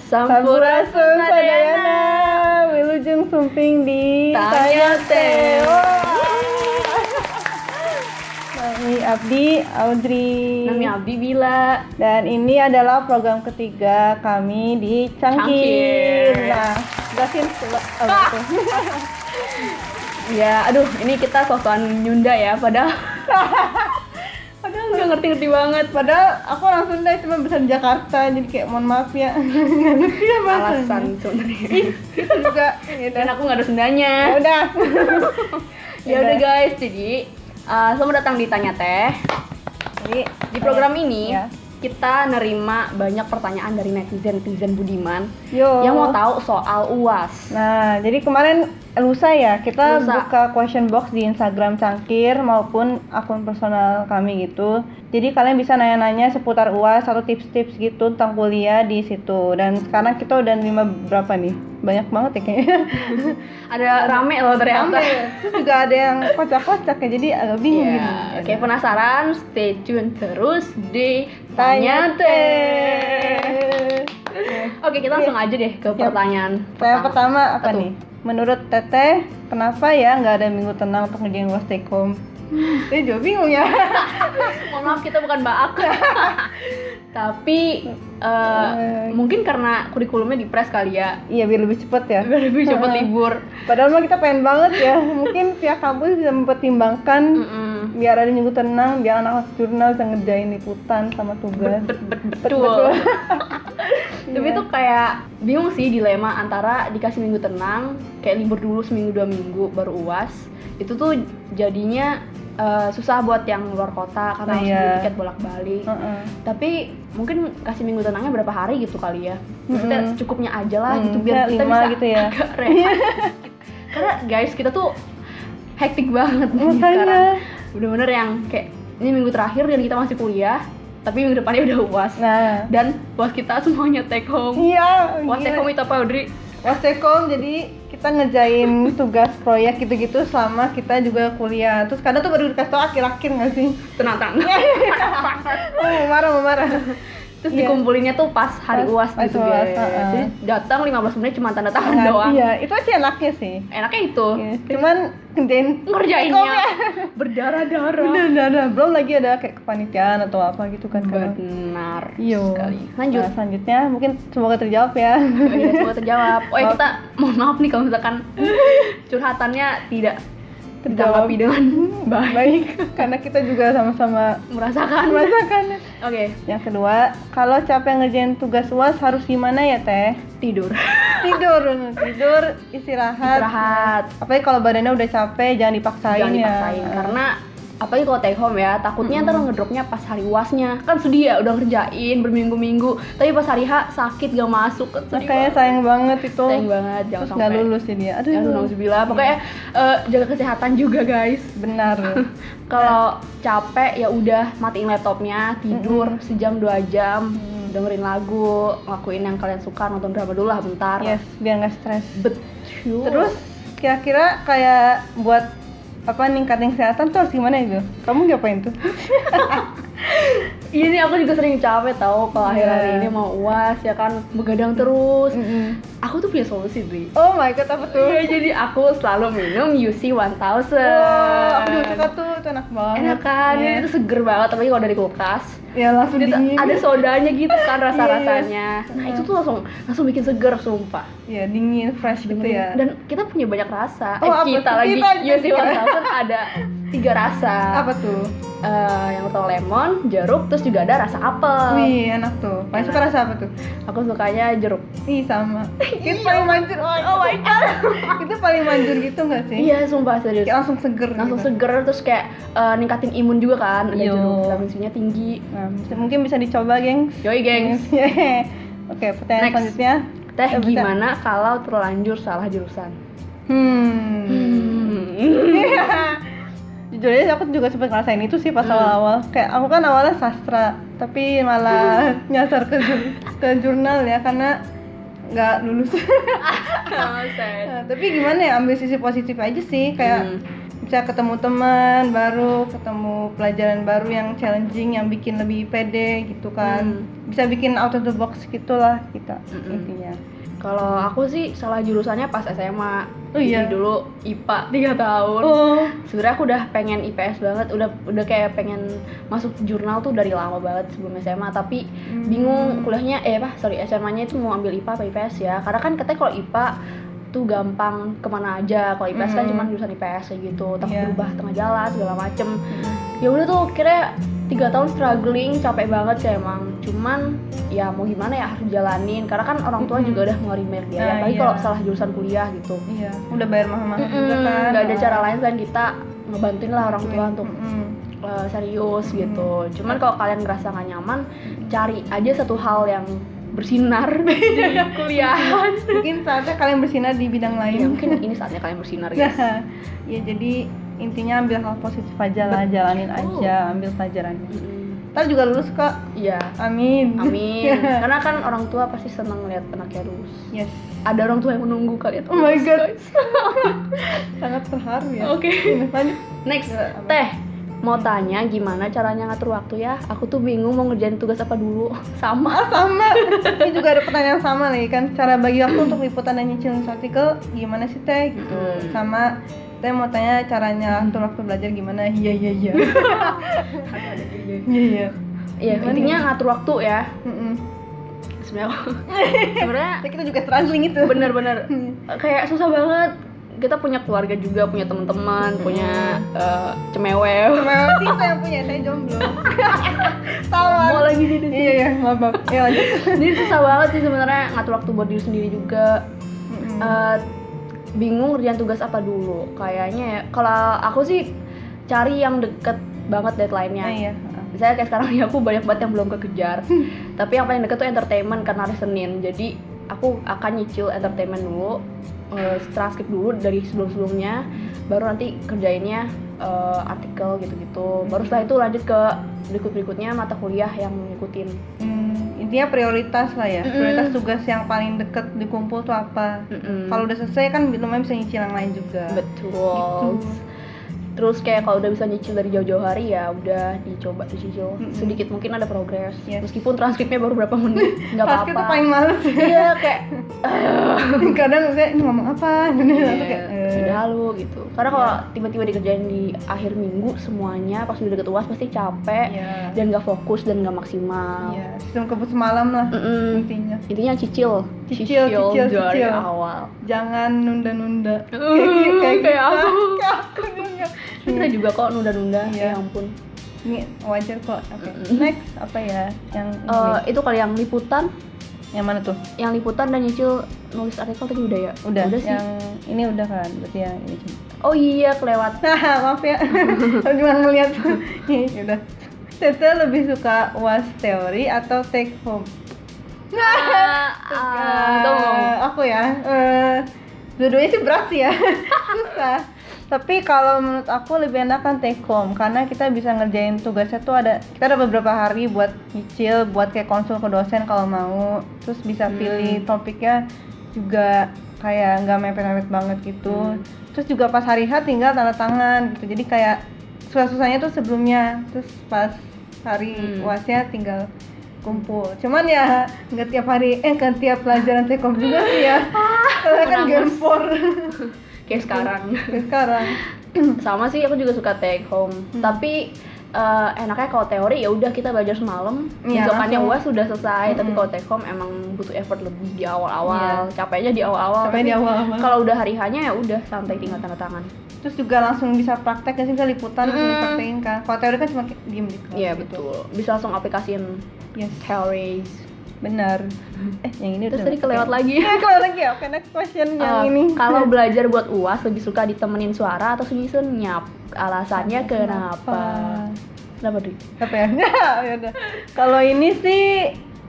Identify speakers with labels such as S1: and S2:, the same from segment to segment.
S1: Sampurasun Sadayana
S2: Wilujeng Sumping di
S1: Tanya Teh.
S2: Nami Abdi Audrey
S1: Nami Abdi Bila
S2: Dan ini adalah program ketiga kami di
S1: Cangkir.
S2: Cangkir
S1: Ah,
S2: Nah, gasin coba oh, gitu.
S1: Ya aduh ini kita sosokan nyunda ya Padahal Padahal nggak ngerti-ngerti banget
S2: Padahal aku langsung deh cuma bisa di Jakarta Jadi kayak mohon maaf ya Nggak ngerti ya bahasanya.
S1: Alasan sebenarnya
S2: Itu juga gitu.
S1: Dan aku nggak ada sendanya
S2: Ya Udah
S1: Ya udah guys jadi uh, Selamat datang di Tanya Teh
S2: Jadi
S1: Di program ini
S2: Ya.
S1: kita nerima banyak pertanyaan dari netizen-netizen Budiman
S2: Yo.
S1: Yang mau tahu soal UAS
S2: Nah, jadi kemarin lusa ya kita
S1: Lusa.
S2: buka question box di Instagram Cangkir maupun akun personal kami gitu. Jadi kalian bisa nanya-nanya seputar UAS atau tips-tips gitu tentang kuliah di situ. Dan sekarang kita udah nerima berapa nih? Banyak banget ya kayaknya.
S1: Ada rame loh ternyata Iya.
S2: Terus juga ada yang kocak-kocak ya, jadi agak bingung
S1: Ya,
S2: gitu.
S1: Oke penasaran? Stay tune terus di
S2: Tanya
S1: Tanya
S2: Teh.
S1: Teh. Oke kita langsung aja deh ke pertanyaan.
S2: Pertanyaan pertama apa
S1: Apa tuh?
S2: nih? Menurut Teteh, kenapa ya nggak ada minggu tenang untuk ngerjain UAS take home?
S1: Hmm.
S2: Saya juga bingung ya.
S1: Mohon maaf kita bukan Mbak Ak. Tapi eh, mungkin karena kurikulumnya dipres kali ya.
S2: Iya biar lebih cepet ya.
S1: Biar lebih cepet libur.
S2: Padahal mah kita pengen banget ya. Mungkin pihak kampus bisa mempertimbangkan
S1: Mm-mm.
S2: biar ada minggu tenang, biar anak jurnal bisa ngerjain liputan sama tugas.
S1: Bet- bet- betul. Iya. Tapi itu kayak bingung sih dilema antara dikasih minggu tenang, kayak libur dulu seminggu dua minggu baru uas. Itu tuh jadinya eh, susah buat yang luar kota karena harus
S2: Iya.
S1: beli tiket bolak-balik.
S2: Heeh.
S1: Tapi mungkin kasih minggu tenangnya berapa hari gitu kali ya. Maksudnya
S2: Mm-mm.
S1: secukupnya aja lah
S2: Hmm,
S1: gitu biar
S2: kayak
S1: kita
S2: lima
S1: bisa
S2: gitu ya.
S1: agak rehat. Karena guys kita tuh hektik banget nih
S2: Makanya.
S1: sekarang. Bener-bener yang kayak ini minggu terakhir dan kita masih kuliah, tapi minggu depannya udah uas
S2: Nah,
S1: dan puas kita semuanya take home
S2: iya.
S1: puas
S2: gila.
S1: take home itu apa Audrey?
S2: Was Tekom, jadi kita ngerjain tugas proyek gitu-gitu selama kita juga kuliah. Terus kadang tuh baru dikasih tau akhir-akhir nggak sih?
S1: tenang tenang
S2: Oh, mau marah, mau marah.
S1: terus
S2: Iya.
S1: dikumpulinnya tuh pas hari
S2: Pas-
S1: uas
S2: pas
S1: gitu
S2: UAS,
S1: guys
S2: heeh.
S1: jadi datang 15 menit cuma tanda tangan Kan doang Oh.
S2: Iya, itu sih enaknya sih.
S1: enaknya itu
S2: Iya, Cuman ngerjain
S1: ngerjainnya berdarah-darah
S2: udah, udah, udah. belum lagi ada kayak kepanitiaan atau apa gitu kan kadang.
S1: benar
S2: Iya.
S1: sekali lanjut
S2: Nah, selanjutnya mungkin semoga terjawab ya.
S1: Iya, semoga terjawab. Oh ya kita mohon maaf nih kalau misalkan curhatannya tidak
S2: Terjawab.
S1: ditanggapi dengan baik
S2: Baik, karena kita juga sama-sama
S1: merasakan. Oke,
S2: merasakan. Yang kedua, kalau capek ngerjain tugas UAS harus gimana ya, Teh?
S1: tidur.
S2: Tidur, tidur, istirahat.
S1: Istirahat.
S2: Apalagi kalau badannya udah capek, jangan dipaksain
S1: jangan
S2: ya.
S1: dipaksain karena apalagi kalau take home ya takutnya ntar ngedropnya pas hari uasnya kan sedih ya udah ngerjain berminggu-minggu tapi pas hari H sakit gak masuk kan sedih
S2: Makanya
S1: banget.
S2: sayang banget itu.
S1: sayang banget jangan
S2: Terus nggak
S1: sampai
S2: lulus ini ya.
S1: Jangan
S2: Aduh,
S1: nauzubillah. pokoknya eh, jaga kesehatan juga guys
S2: benar.
S1: kalau capek ya udah matiin laptopnya tidur sejam dua jam
S2: Mm.
S1: dengerin lagu lakuin yang kalian suka nonton drama dulu lah bentar
S2: yes, biar nggak stres.
S1: betul
S2: Terus kira-kira kayak buat apa ningkatin kesehatan tuh harus gimana ya, Bil? Kamu ngapain tuh?
S1: ini aku juga sering capek tau kalau
S2: Iya. Mm.
S1: akhir-akhir ini mau uas ya kan begadang terus
S2: Mm-mm.
S1: aku tuh punya solusi Bri
S2: Oh my god, apa tuh?
S1: Iya, jadi aku selalu minum UC 1000
S2: Wah,
S1: Iya.
S2: aku juga suka tuh, itu enak banget.
S1: enak kan
S2: Iya.
S1: itu seger banget tapi kalau dari kulkas
S2: Ya langsung
S1: dia tuh
S2: dingin.
S1: ada sodanya gitu kan rasa rasanya
S2: Iya, iya.
S1: nah itu tuh langsung langsung bikin seger sumpah
S2: Ya dingin, fresh gitu ya.
S1: dan kita punya banyak rasa
S2: Oh, apa
S1: eh, kita
S2: tuh?
S1: lagi
S2: Kita-
S1: UC
S2: kita.
S1: 1000 ada tiga rasa
S2: apa tuh?
S1: Eh, yang pertama lemon jeruk terus juga ada rasa apel
S2: Wih, enak tuh. Paling
S1: Oh. Enak.
S2: suka rasa apa tuh?
S1: aku sukanya jeruk
S2: Ih, sama. Itu
S1: Iya.
S2: paling manjur. Oh,
S1: my god
S2: itu paling manjur gitu nggak sih?
S1: iya sumpah serius
S2: Kayak langsung seger.
S1: langsung
S2: gitu.
S1: seger terus kayak eh, ningkatin imun juga kan ada
S2: Yo.
S1: jeruk vitamin C-nya tinggi
S2: Nah, bisa- mungkin bisa dicoba, gengs.
S1: yoi gengs
S2: Yeay. Oke, pertanyaan
S1: Next.
S2: selanjutnya.
S1: teh
S2: Eh, Iya. bentar.
S1: gimana kalau terlanjur salah jurusan Hmm.
S2: Hmm. Jujur aja aku juga sempat ngerasain itu sih
S1: Hmm.
S2: pas awal-awal. Kayak aku kan awalnya sastra, tapi malah
S1: Hmm.
S2: nyasar ke jur- ke jurnal ya karena nggak lulus.
S1: Oh, sad.
S2: Nah, tapi gimana ya ambil sisi positif aja sih
S1: Hmm.
S2: kayak bisa ketemu teman baru, ketemu pelajaran baru yang challenging, yang bikin lebih pede gitu
S1: Hmm.
S2: kan. Bisa bikin out of the box gitulah kita
S1: Mm-mm.
S2: intinya.
S1: Kalau aku sih salah jurusannya pas SMA.
S2: Oh iya.
S1: Jadi dulu IPA 3 tahun.
S2: Oh,
S1: Sebenarnya aku udah pengen IPS banget, udah udah kayak pengen masuk jurnal tuh dari lama banget sebelum SMA, tapi bingung
S2: Hmm.
S1: kuliahnya eh apa sorry SMA-nya itu mau ambil IPA apa IPS ya. Karena kan katanya kalau IPA tuh gampang kemana aja kalau IPS kan
S2: Mm.
S1: cuma jurusan IPS kayak gitu takut
S2: Iya.
S1: berubah tengah jalan segala macem ya udah tuh kira tiga tahun struggling capek banget sih emang cuman ya mau gimana ya harus jalanin karena kan orang tua
S2: Mm-mm.
S1: juga udah ngeluarin biaya
S2: Nah,
S1: apalagi
S2: iya.
S1: kalau salah jurusan kuliah gitu
S2: Iya, udah bayar mahal-mahal juga
S1: Mm-mm,
S2: kan.
S1: nggak ada cara lain selain kita ngebantuin lah orang tua untuk
S2: Mm-mm.
S1: uh, serius
S2: Mm-mm.
S1: gitu cuman kalau kalian ngerasa nggak nyaman cari aja satu hal yang bersinar di kuliah
S2: Mungkin saatnya kalian bersinar di bidang
S1: ya,
S2: lain.
S1: mungkin ini saatnya kalian bersinar gitu.
S2: Nah,
S1: guys
S2: ya jadi intinya ambil hal positif aja lah, jalanin
S1: Betul.
S2: aja, ambil pelajarannya.
S1: Mm-mm.
S2: Ntar juga lulus kok.
S1: iya
S2: Amin.
S1: amin karena kan orang tua pasti seneng lihat anaknya lulus
S2: Yes.
S1: ada orang tua yang menunggu ya, kalian
S2: Oh my god. Sangat terharu ya.
S1: Oke.
S2: Lanjut.
S1: Next,
S2: Ya, apa?
S1: Teh. Mau tanya gimana caranya ngatur waktu ya? Aku tuh bingung mau ngerjain tugas apa dulu. Sama.
S2: Ah, sama. Ini juga ada pertanyaan sama nih kan cara bagi waktu untuk liputan dan nyicilin artikel gimana sih Teh
S1: Mm.
S2: gitu. Sama Teh mau tanya caranya atur waktu belajar gimana? Iya iya iya. Iya iya.
S1: Iya,
S2: Gimana
S1: intinya ngatur waktu ya.
S2: Mm-mm.
S1: Sebenarnya aku- sebenarnya
S2: Ya, kita juga struggling itu.
S1: bener-bener kayak susah banget. Kita punya keluarga juga, punya teman-teman, punya eh, cemewew.
S2: Memang sih saya yang punya, saya jomblo.
S1: Mau
S2: Tawar.
S1: lagi jadi
S2: Iya iya, maaf. maaf. Ya lanjut.
S1: Jadi susah banget sih sebenarnya ngatur waktu buat diri sendiri juga.
S2: Mm-mm.
S1: Eh, bingung ngerjain tugas apa dulu. Kayaknya ya, kalau aku sih cari yang deket banget deadline-nya.
S2: Ah, iya.
S1: misalnya kayak sekarang ini aku banyak banget yang belum kekejar tapi yang paling deket tuh entertainment karena hari Senin jadi aku akan nyicil entertainment dulu eh, transkrip dulu dari sebelum-sebelumnya baru nanti kerjainnya eh, artikel gitu-gitu baru setelah itu lanjut ke berikut-berikutnya mata kuliah yang ngikutin
S2: Hmm, intinya prioritas lah ya.
S1: Mm-mm.
S2: Prioritas tugas yang paling deket dikumpul tuh apa?
S1: Mm-mm.
S2: Kalau udah selesai kan lumayan bisa nyicil yang lain juga.
S1: betul
S2: Gitu.
S1: terus kayak kalau udah bisa nyicil dari jauh-jauh hari ya udah dicoba dicicil
S2: Mm-mm.
S1: sedikit mungkin ada progres
S2: Yes.
S1: meskipun transkripnya baru berapa menit nggak
S2: Basket tuh paling
S1: apa-apa
S2: males ya.
S1: iya kayak
S2: Kadang saya ini ngomong apa? Ini langsung kayak
S1: Iya,
S2: eh. Iya.
S1: sudah lu gitu karena kalau tiba-tiba dikerjain di akhir minggu semuanya pas udah deket uas pasti capek
S2: Iya.
S1: dan gak fokus dan gak maksimal
S2: Iya, sistem kebut semalam lah
S1: Mm-mm.
S2: intinya.
S1: intinya cicil
S2: Cicil, cicil,
S1: dari
S2: cicil.
S1: awal
S2: Jangan nunda-nunda.
S1: Uh, kayak aku.
S2: kita. gitu. Kayak aku juga.
S1: kita juga kok nunda-nunda
S2: Iya.
S1: ya ampun
S2: Ini wajar kok. Oke. Next apa ya? Yang ini.
S1: Eh, itu kali yang liputan
S2: yang mana tuh?
S1: yang liputan dan nyicil nulis artikel tadi udah ya
S2: Udah,
S1: udah sih
S2: yang ini udah kan, berarti yang ini cuma.
S1: oh iya kelewat
S2: Haha, maaf ya, Aku cuma ngeliat. Ya udah. Tete lebih suka was teori atau take home?
S1: Ah, ah, kamu.
S2: Eh, aku ya. eh, dua-duanya sih berat sih ya. Susah. Tapi kalau menurut aku lebih enak kan take home karena kita bisa ngerjain tugasnya tuh ada kita ada beberapa hari buat nyicil, buat kayak konsul ke dosen kalau mau. Terus bisa
S1: Hmm.
S2: pilih topiknya juga kayak nggak mepet-mepet banget gitu.
S1: Hmm.
S2: Terus juga pas hari H tinggal tanda tangan gitu. Jadi kayak susah-susahnya tuh sebelumnya. Terus pas hari
S1: Hmm.
S2: uasnya tinggal kumpul cuman ya nggak tiap hari eh nggak tiap pelajaran tekom juga sih ya
S1: Ah,
S2: karena kan
S1: menangis.
S2: gempor
S1: kayak sekarang
S2: sekarang
S1: sama sih aku juga suka take home
S2: Hmm.
S1: tapi eh, enaknya kalau teori ya udah kita belajar semalam
S2: Iya,
S1: besokannya
S2: langsung.
S1: uas sudah selesai tapi
S2: Mm-mm.
S1: kalau take home emang butuh effort lebih di awal-awal Iya. capeknya di Oh, awal-awal
S2: sampai di
S1: Tapi
S2: awal awal
S1: kalau udah hari hanya ya udah santai tinggal tanda tangan
S2: terus juga langsung bisa praktek kan bisa liputan langsung
S1: Mm-mm.
S2: dipraktekin kan kalau teori kan cuma kayak diem di kelas
S1: iya
S2: gitu.
S1: betul bisa langsung aplikasiin
S2: yes
S1: theories
S2: benar eh yang ini
S1: terus
S2: udah
S1: tadi kelewat
S2: oke.
S1: lagi
S2: Iya, kelewat lagi ya oke next question yang
S1: Eh,
S2: ini
S1: kalau belajar buat uas lebih suka ditemenin suara atau sunyi senyap alasannya kenapa kenapa Dri?
S2: apa ya? ya udah. Kalau ini sih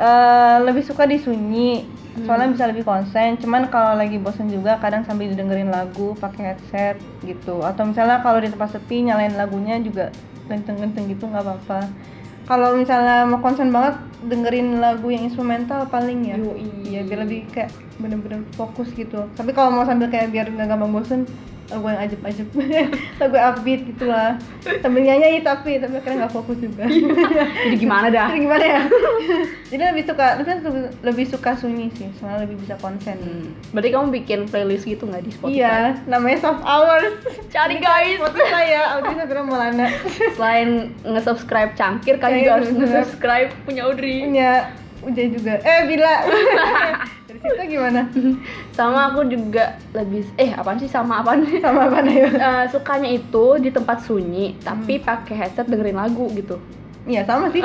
S2: eh, lebih suka disunyi, soalnya bisa lebih konsen. Cuman kalau lagi bosen juga kadang sambil dengerin lagu pakai headset gitu. Atau misalnya kalau di tempat sepi nyalain lagunya juga genteng-genteng gitu nggak apa-apa. Kalau misalnya mau konsen banget dengerin lagu yang instrumental paling ya.
S1: Yoi.
S2: Iya biar lebih kayak bener-bener fokus gitu. Tapi kalau mau sambil kayak biar nggak gampang bosen atau gue yang ajeb-ajeb atau gue upbeat gitu lah sambil nyanyi tapi tapi akhirnya nggak fokus juga
S1: Iya. Jadi gimana dah?
S2: Jadi gimana ya jadi lebih suka lebih lebih suka sunyi sih soalnya lebih bisa konsen
S1: Hmm. Berarti kamu bikin playlist gitu nggak di Spotify?
S2: iya namanya soft hours
S1: Cari guys.
S2: Spotify ya Audrey Sabira Maulana
S1: Selain nge-subscribe Cangkir,
S2: Iya,
S1: kalian juga harus
S2: bener. Iya.
S1: nge-subscribe punya Audrey.
S2: punya Uja juga eh Bila dari situ gimana
S1: Sama aku juga lebih eh apaan sih sama apaan?
S2: sama apa ya
S1: Eh, sukanya itu di tempat sunyi tapi
S2: Hmm.
S1: pakai headset dengerin lagu gitu.
S2: iya sama sih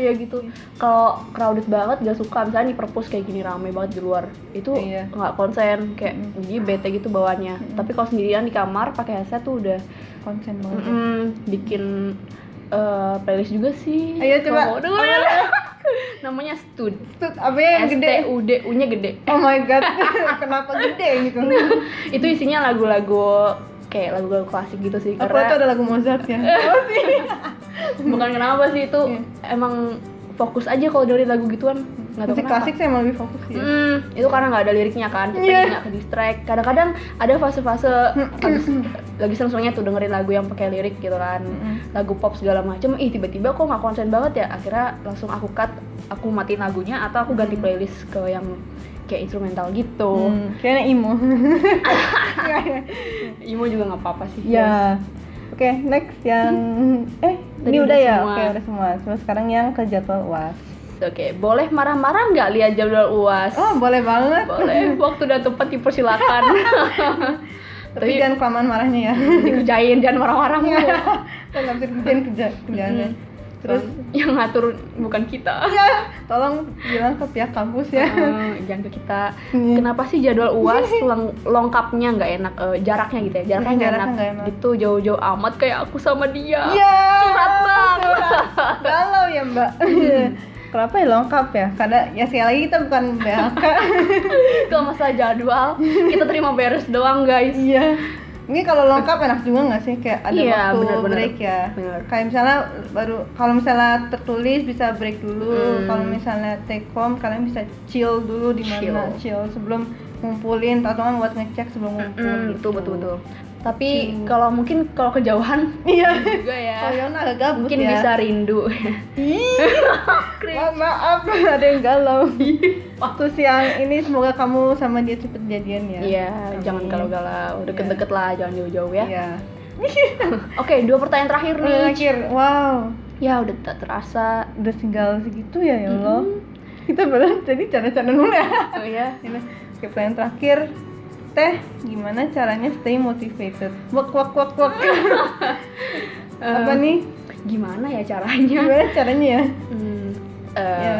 S1: Iya gitu. Kalau crowded banget gak suka misalnya di perpus kayak gini rame banget di luar. Itu
S2: Iya.
S1: nggak konsen kayak
S2: Mm.
S1: jadi bete gitu bawaannya.
S2: Mm.
S1: Tapi kalau sendirian di kamar pakai headset tuh udah
S2: konsen banget
S1: Mm-mm, bikin eh, playlist juga sih.
S2: Ayo, coba.
S1: Kalau mau dengerin. Namanya Stud.
S2: itu apa ya yang
S1: S T
S2: gede
S1: U D U-nya gede.
S2: oh my god kenapa gede gitu
S1: Itu isinya lagu-lagu kayak lagu-lagu klasik gitu sih
S2: aku itu ada lagu Mozart ya oh sih
S1: bukan kenapa sih itu
S2: Iya.
S1: emang fokus aja kalau dari lagu gituan nggak tahu
S2: musik
S1: kenapa.
S2: klasik saya emang lebih fokus ya
S1: Mm, itu karena nggak ada liriknya kan kita
S2: Iya.
S1: jadi nggak ke distract kadang-kadang ada fase-fase habis lagi seneng-senengnya tuh dengerin lagu yang pakai lirik gitu kan
S2: Mm-mm.
S1: lagu pop segala macem ih tiba-tiba kok nggak konsen banget ya akhirnya langsung aku cut aku matiin lagunya atau aku ganti playlist ke yang kayak instrumental gitu
S2: Hmm, kayaknya emo Mm.
S1: emo juga nggak apa-apa sih
S2: ya oke next yang eh
S1: Tadi
S2: ini
S1: udah
S2: udah ya
S1: semua.
S2: oke udah semua cuma sekarang yang ke jadwal uas
S1: oke boleh marah-marah nggak lihat jadwal uas
S2: oh boleh banget
S1: boleh waktu dan tempat dipersilakan
S2: tapi, jangan kelamaan marahnya ya
S1: dikerjain jangan marah-marah mulu
S2: Kan nggak bisa kerjain kerja kerjaannya
S1: Mm-mm.
S2: terus
S1: terus
S2: Kan?
S1: yang ngatur bukan kita
S2: ya tolong bilang ke pihak kampus ya
S1: Eh, jangan ke kita
S2: Iya.
S1: kenapa sih jadwal uas leng- longkapnya nggak enak eh, jaraknya gitu ya jaraknya nggak
S2: Jaraknya
S1: enak,
S2: nggak enak.
S1: gitu jauh-jauh amat kayak aku sama dia
S2: Iya.
S1: Curhat, Bang.
S2: curhat. Galau ya Mbak. Kenapa ya lengkap ya? Karena ya sekali lagi kita bukan BHK.
S1: kalau masalah jadwal kita terima beres doang guys
S2: Iya. Ini kalau lengkap enak juga nggak sih kayak ada
S1: Iya,
S2: waktu
S1: benar-benar.
S2: break ya.
S1: Benar.
S2: Kayak misalnya baru kalau misalnya tertulis bisa break dulu.
S1: Hmm.
S2: Kalau misalnya take home kalian bisa chill dulu di mana chill. sebelum ngumpulin atau kan buat ngecek sebelum ngumpul.
S1: Mm,
S2: gitu.
S1: betul betul betul tapi kalau mungkin kalau kejauhan
S2: Iya.
S1: juga ya
S2: Kalau Yona agak gabut
S1: mungkin
S2: ya.
S1: bisa rindu
S2: Ih, ma- maaf ada yang galau.
S1: Iya.
S2: Terus yang ini semoga kamu sama dia cepet jadian ya.
S1: Iya, jangan galau-galau, deket-deket lah, jangan jauh-jauh ya.
S2: Iya.
S1: Oke, dua pertanyaan terakhir nih.
S2: Terakhir, wow,
S1: Ya udah tak terasa.
S2: udah tinggal segitu ya ya Allah. Kita belum jadi cara-cara dulu ya.
S1: Oh ya.
S2: Ini, Oke, pertanyaan terakhir. Teh, gimana caranya stay motivated? Wak wak wak wak.
S1: Eh.
S2: Apa nih?
S1: Gimana ya caranya?
S2: Gimana caranya ya?
S1: Hmm, eh,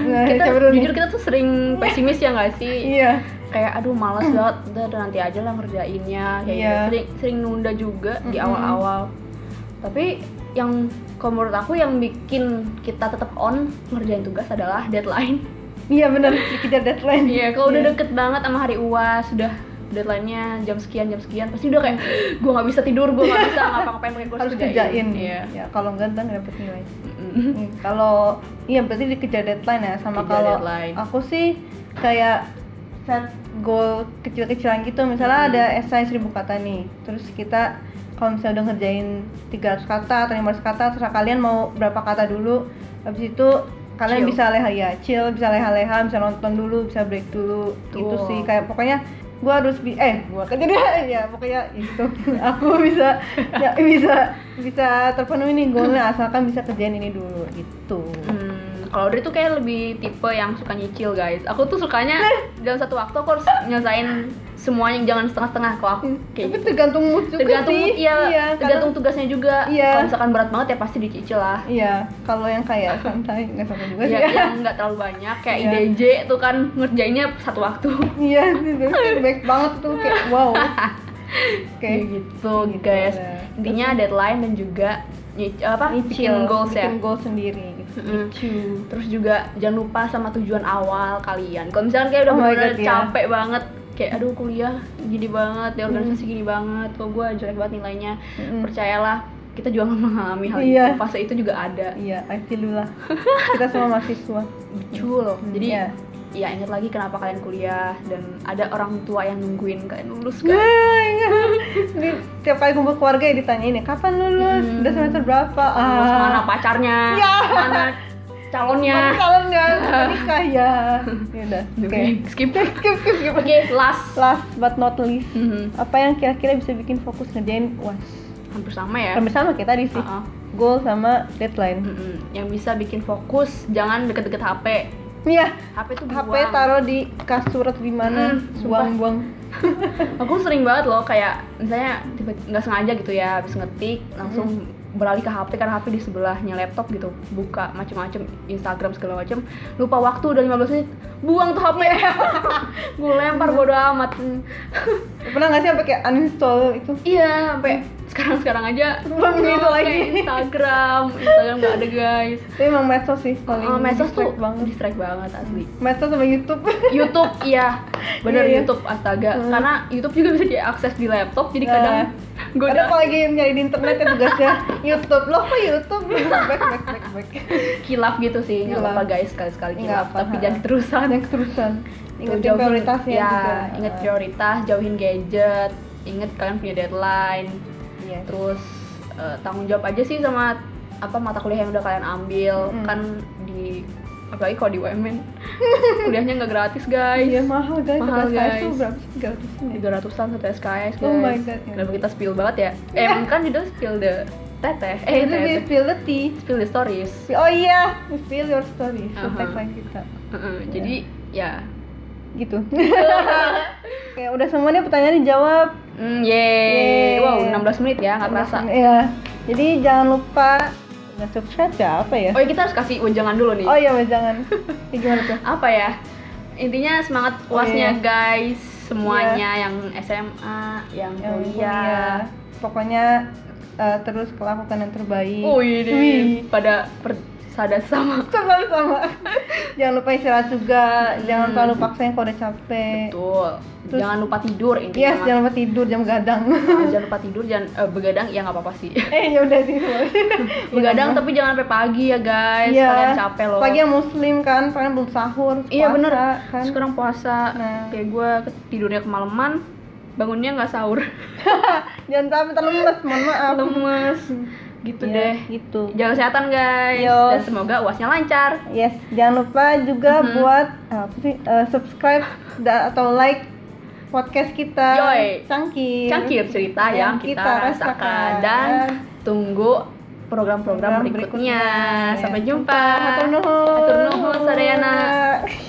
S2: Ya, nah,
S1: kita
S2: coba dulu nih.
S1: jujur kita tuh sering pesimis ya nggak sih?
S2: Iya. Hmm.
S1: Kayak aduh malas banget, udah udah nanti aja lah ngerjainnya. Kayak
S2: Iya.
S1: gitu. sering, sering nunda juga di
S2: Mm-mm.
S1: awal-awal. Tapi yang kalau menurut aku yang bikin kita tetap on ngerjain tugas adalah deadline.
S2: Iya benar, dikejar deadline.
S1: Iya, kalau udah
S2: Iya.
S1: deket banget sama hari UAS, sudah deadline-nya jam sekian, jam sekian, pasti udah kayak gue nggak bisa tidur, gue nggak bisa ngapa-ngapain, pengen gue
S2: harus kerjain
S1: Iya.
S2: ya kalau enggak ntar nggak dapet nilai
S1: Mm-mm.
S2: Hmm, kalau iya berarti dikejar deadline ya sama
S1: Dikejar
S2: kalau
S1: deadline.
S2: aku sih kayak set goal kecil-kecilan gitu
S1: Hmm.
S2: misalnya ada esai 1000 kata nih terus kita kalau misalnya udah ngerjain 300 kata atau 500 kata terserah kalian mau berapa kata dulu habis itu kalian
S1: Chill.
S2: bisa leha ya chill bisa leha-leha bisa nonton dulu bisa break dulu gitu
S1: Betul.
S2: sih kayak pokoknya gue harus bi eh gue kan jadi ya pokoknya ya gitu aku bisa ya bisa bisa terpenuhi nih goalnya asalkan bisa kerjain ini dulu gitu
S1: Hmm, kalau Audrey tuh kayak lebih tipe yang suka nyicil guys. Aku tuh sukanya
S2: Eh.
S1: dalam satu waktu aku harus nyelesain semuanya, jangan setengah-setengah kalau aku
S2: Hmm, tapi
S1: kayak gitu.
S2: tergantung mood juga
S1: Tergantung
S2: sih
S1: iya, tergantung
S2: kadang-
S1: tugasnya juga.
S2: Iya.
S1: Kalau misalkan berat banget ya pasti dicicil lah.
S2: iya kalau yang kayak santai nggak sampai juga sih
S1: Ya,
S2: ya
S1: yang nggak terlalu banyak kayak
S2: Iya.
S1: IDJ tuh kan ngerjainnya satu waktu.
S2: iya itu baik banget tuh kayak wow oke
S1: Kayak gitu,
S2: Gitu,
S1: guys.
S2: ya.
S1: Intinya deadline dan juga nyi- apa? Bikin goals ya.
S2: bikin goal sendiri gitu
S1: Mm-mm.
S2: Cuy.
S1: Terus juga jangan lupa sama tujuan awal kalian. Kalau misalkan kayak udah
S2: Oh my
S1: bener-bener
S2: God, iya.
S1: capek banget kayak aduh kuliah gini banget, ya organisasi gini banget, kok gue jelek banget nilainya.
S2: Mm. Mm-mm.
S1: Percayalah, kita juga mengalami hal
S2: Iya.
S1: itu. Fase itu juga ada.
S2: iya I feel you lah kita semua mahasiswa
S1: Betul. Jadi
S2: Iya.
S1: ya ingat lagi kenapa kalian kuliah dan ada orang tua yang nungguin kalian lulus kan
S2: Wah, ingat. Jadi, tiap kali kumpul keluarga ya ditanyain ya kapan lulus,
S1: Hmm.
S2: udah semester berapa,
S1: Lulus mana
S2: ah,
S1: pacarnya
S2: Ya.
S1: mana
S2: mana
S1: calonnya
S2: calon nggak nikah ya, ya udah, oke,
S1: oke skip oke
S2: skip skip skip.
S1: last
S2: Last but not least,
S1: Mhm.
S2: apa yang kira-kira bisa bikin fokus ngerjain uas?
S1: hampir sama ya
S2: Hampir sama kayak tadi sih,
S1: Uh-uh. Hmm.
S2: goal sama deadline.
S1: Mm-mm. yang bisa bikin fokus jangan deket-deket HP
S2: Iya,
S1: HP tuh
S2: HP
S1: buang.
S2: taruh di kasur atau di
S1: Hmm,
S2: mana,
S1: sumpah.
S2: buang-buang.
S1: aku sering banget loh kayak misalnya tiba nggak sengaja gitu ya habis ngetik langsung beralih ke HP karena HP di sebelahnya laptop gitu buka macem-macem Instagram segala macem lupa waktu udah 15 menit buang tuh HP gue lempar bodo amat
S2: Pernah nggak sih sampai kayak uninstall itu?
S1: iya sampai sekarang sekarang aja
S2: Belum
S1: scroll
S2: gitu
S1: kayak
S2: lagi.
S1: Instagram Instagram nggak ada guys
S2: Tapi emang medsos Mm. sih, paling
S1: Oh, medsos tuh
S2: distract banget.
S1: distract banget asli
S2: Medsos sama YouTube.
S1: YouTube iya bener
S2: Iya, iya.
S1: YouTube astaga
S2: Hmm.
S1: karena YouTube juga bisa diakses di laptop jadi
S2: Nah.
S1: kadang gue
S2: Ada apa lagi nyari di internet ya tugasnya YouTube loh kok YouTube back back back back
S1: kilaf gitu sih nggak
S2: Kilaf.
S1: apa guys sekali sekali
S2: Nggak
S1: kilaf
S2: apa,
S1: tapi
S2: ha.
S1: jangan terusan
S2: yang keterusan
S1: Tuh,
S2: ingetin gitu. prioritasnya
S1: ya
S2: juga
S1: inget prioritas jauhin gadget inget kalian punya deadline
S2: Iya.
S1: terus eh, tanggung jawab aja sih sama apa mata kuliah yang udah kalian ambil
S2: Mm-mm.
S1: kan di apalagi kalau di UMN kuliahnya nggak gratis guys
S2: iya mahal
S1: Eh,
S2: guys
S1: Mahal,
S2: mahal guys tuh
S1: guys.
S2: berapa sih 300 ya?
S1: tiga ratusan satu SKS guys.
S2: Oh my God.
S1: Kenapa kita spill banget ya? Eh
S2: Iya.
S1: bukan judul spill the teteh. Eh
S2: itu di
S1: teteh.
S2: feel the tea
S1: Spill the stories.
S2: oh iya feel your story
S1: Aha.
S2: hashtag lain kita
S1: Heeh,
S2: Iya.
S1: Jadi ya.
S2: gitu Oke, udah semua nih pertanyaan dijawab
S1: Hmm, yeay.
S2: Yeay.
S1: Wow, 16 menit ya, nggak terasa.
S2: Iya. jadi jangan lupa nggak subscribe ya apa ya
S1: Oh, ya, kita harus kasih ujangan dulu nih.
S2: oh iya Mas, jangan ya, gimana tuh
S1: Apa ya? Intinya semangat
S2: Oh,
S1: uasnya
S2: iya.
S1: guys, semuanya yang SMA, yang,
S2: yang
S1: kuliah.
S2: kuliah. Iya. Pokoknya eh, terus lakukan yang terbaik.
S1: Wih, ini
S2: Wih.
S1: pada persada sama.
S2: Sama sama. jangan lupa istirahat juga. Jangan
S1: Hmm.
S2: terlalu paksain kalau udah capek.
S1: Betul.
S2: Eh, Terus-
S1: jangan lupa tidur
S2: Yes,
S1: intinya.
S2: jangan lupa tidur jam gadang.
S1: jangan, jangan lupa tidur, jangan eh, begadang ya nggak apa-apa sih.
S2: eh, ya udah tidur.
S1: Begadang tapi jangan sampai pagi ya guys.
S2: Iya.
S1: Kalian capek loh.
S2: Pagi yang muslim kan, pengen belum sahur.
S1: iya
S2: puasa,
S1: bener.
S2: Kan?
S1: Sekarang puasa
S2: Nah.
S1: kayak gue tidurnya kemalaman, bangunnya nggak sahur,
S2: Jangan sampai terlalu lemes, mohon maaf.
S1: lemes. Gitu
S2: Iya,
S1: deh.
S2: Gitu.
S1: Jaga kesehatan guys
S2: Yo.
S1: dan semoga uasnya lancar.
S2: Yes, jangan lupa juga
S1: Mhm.
S2: buat apa sih, eh, subscribe da- atau like podcast kita.
S1: Yoi.
S2: Cangkir.
S1: Cangkir cerita yang, kita, rasakan. dan tunggu program-program
S2: Program
S1: berikutnya.
S2: berikutnya.
S1: Sampai jumpa.
S2: Matur nuhun.
S1: Matur nuhun, Sarayana.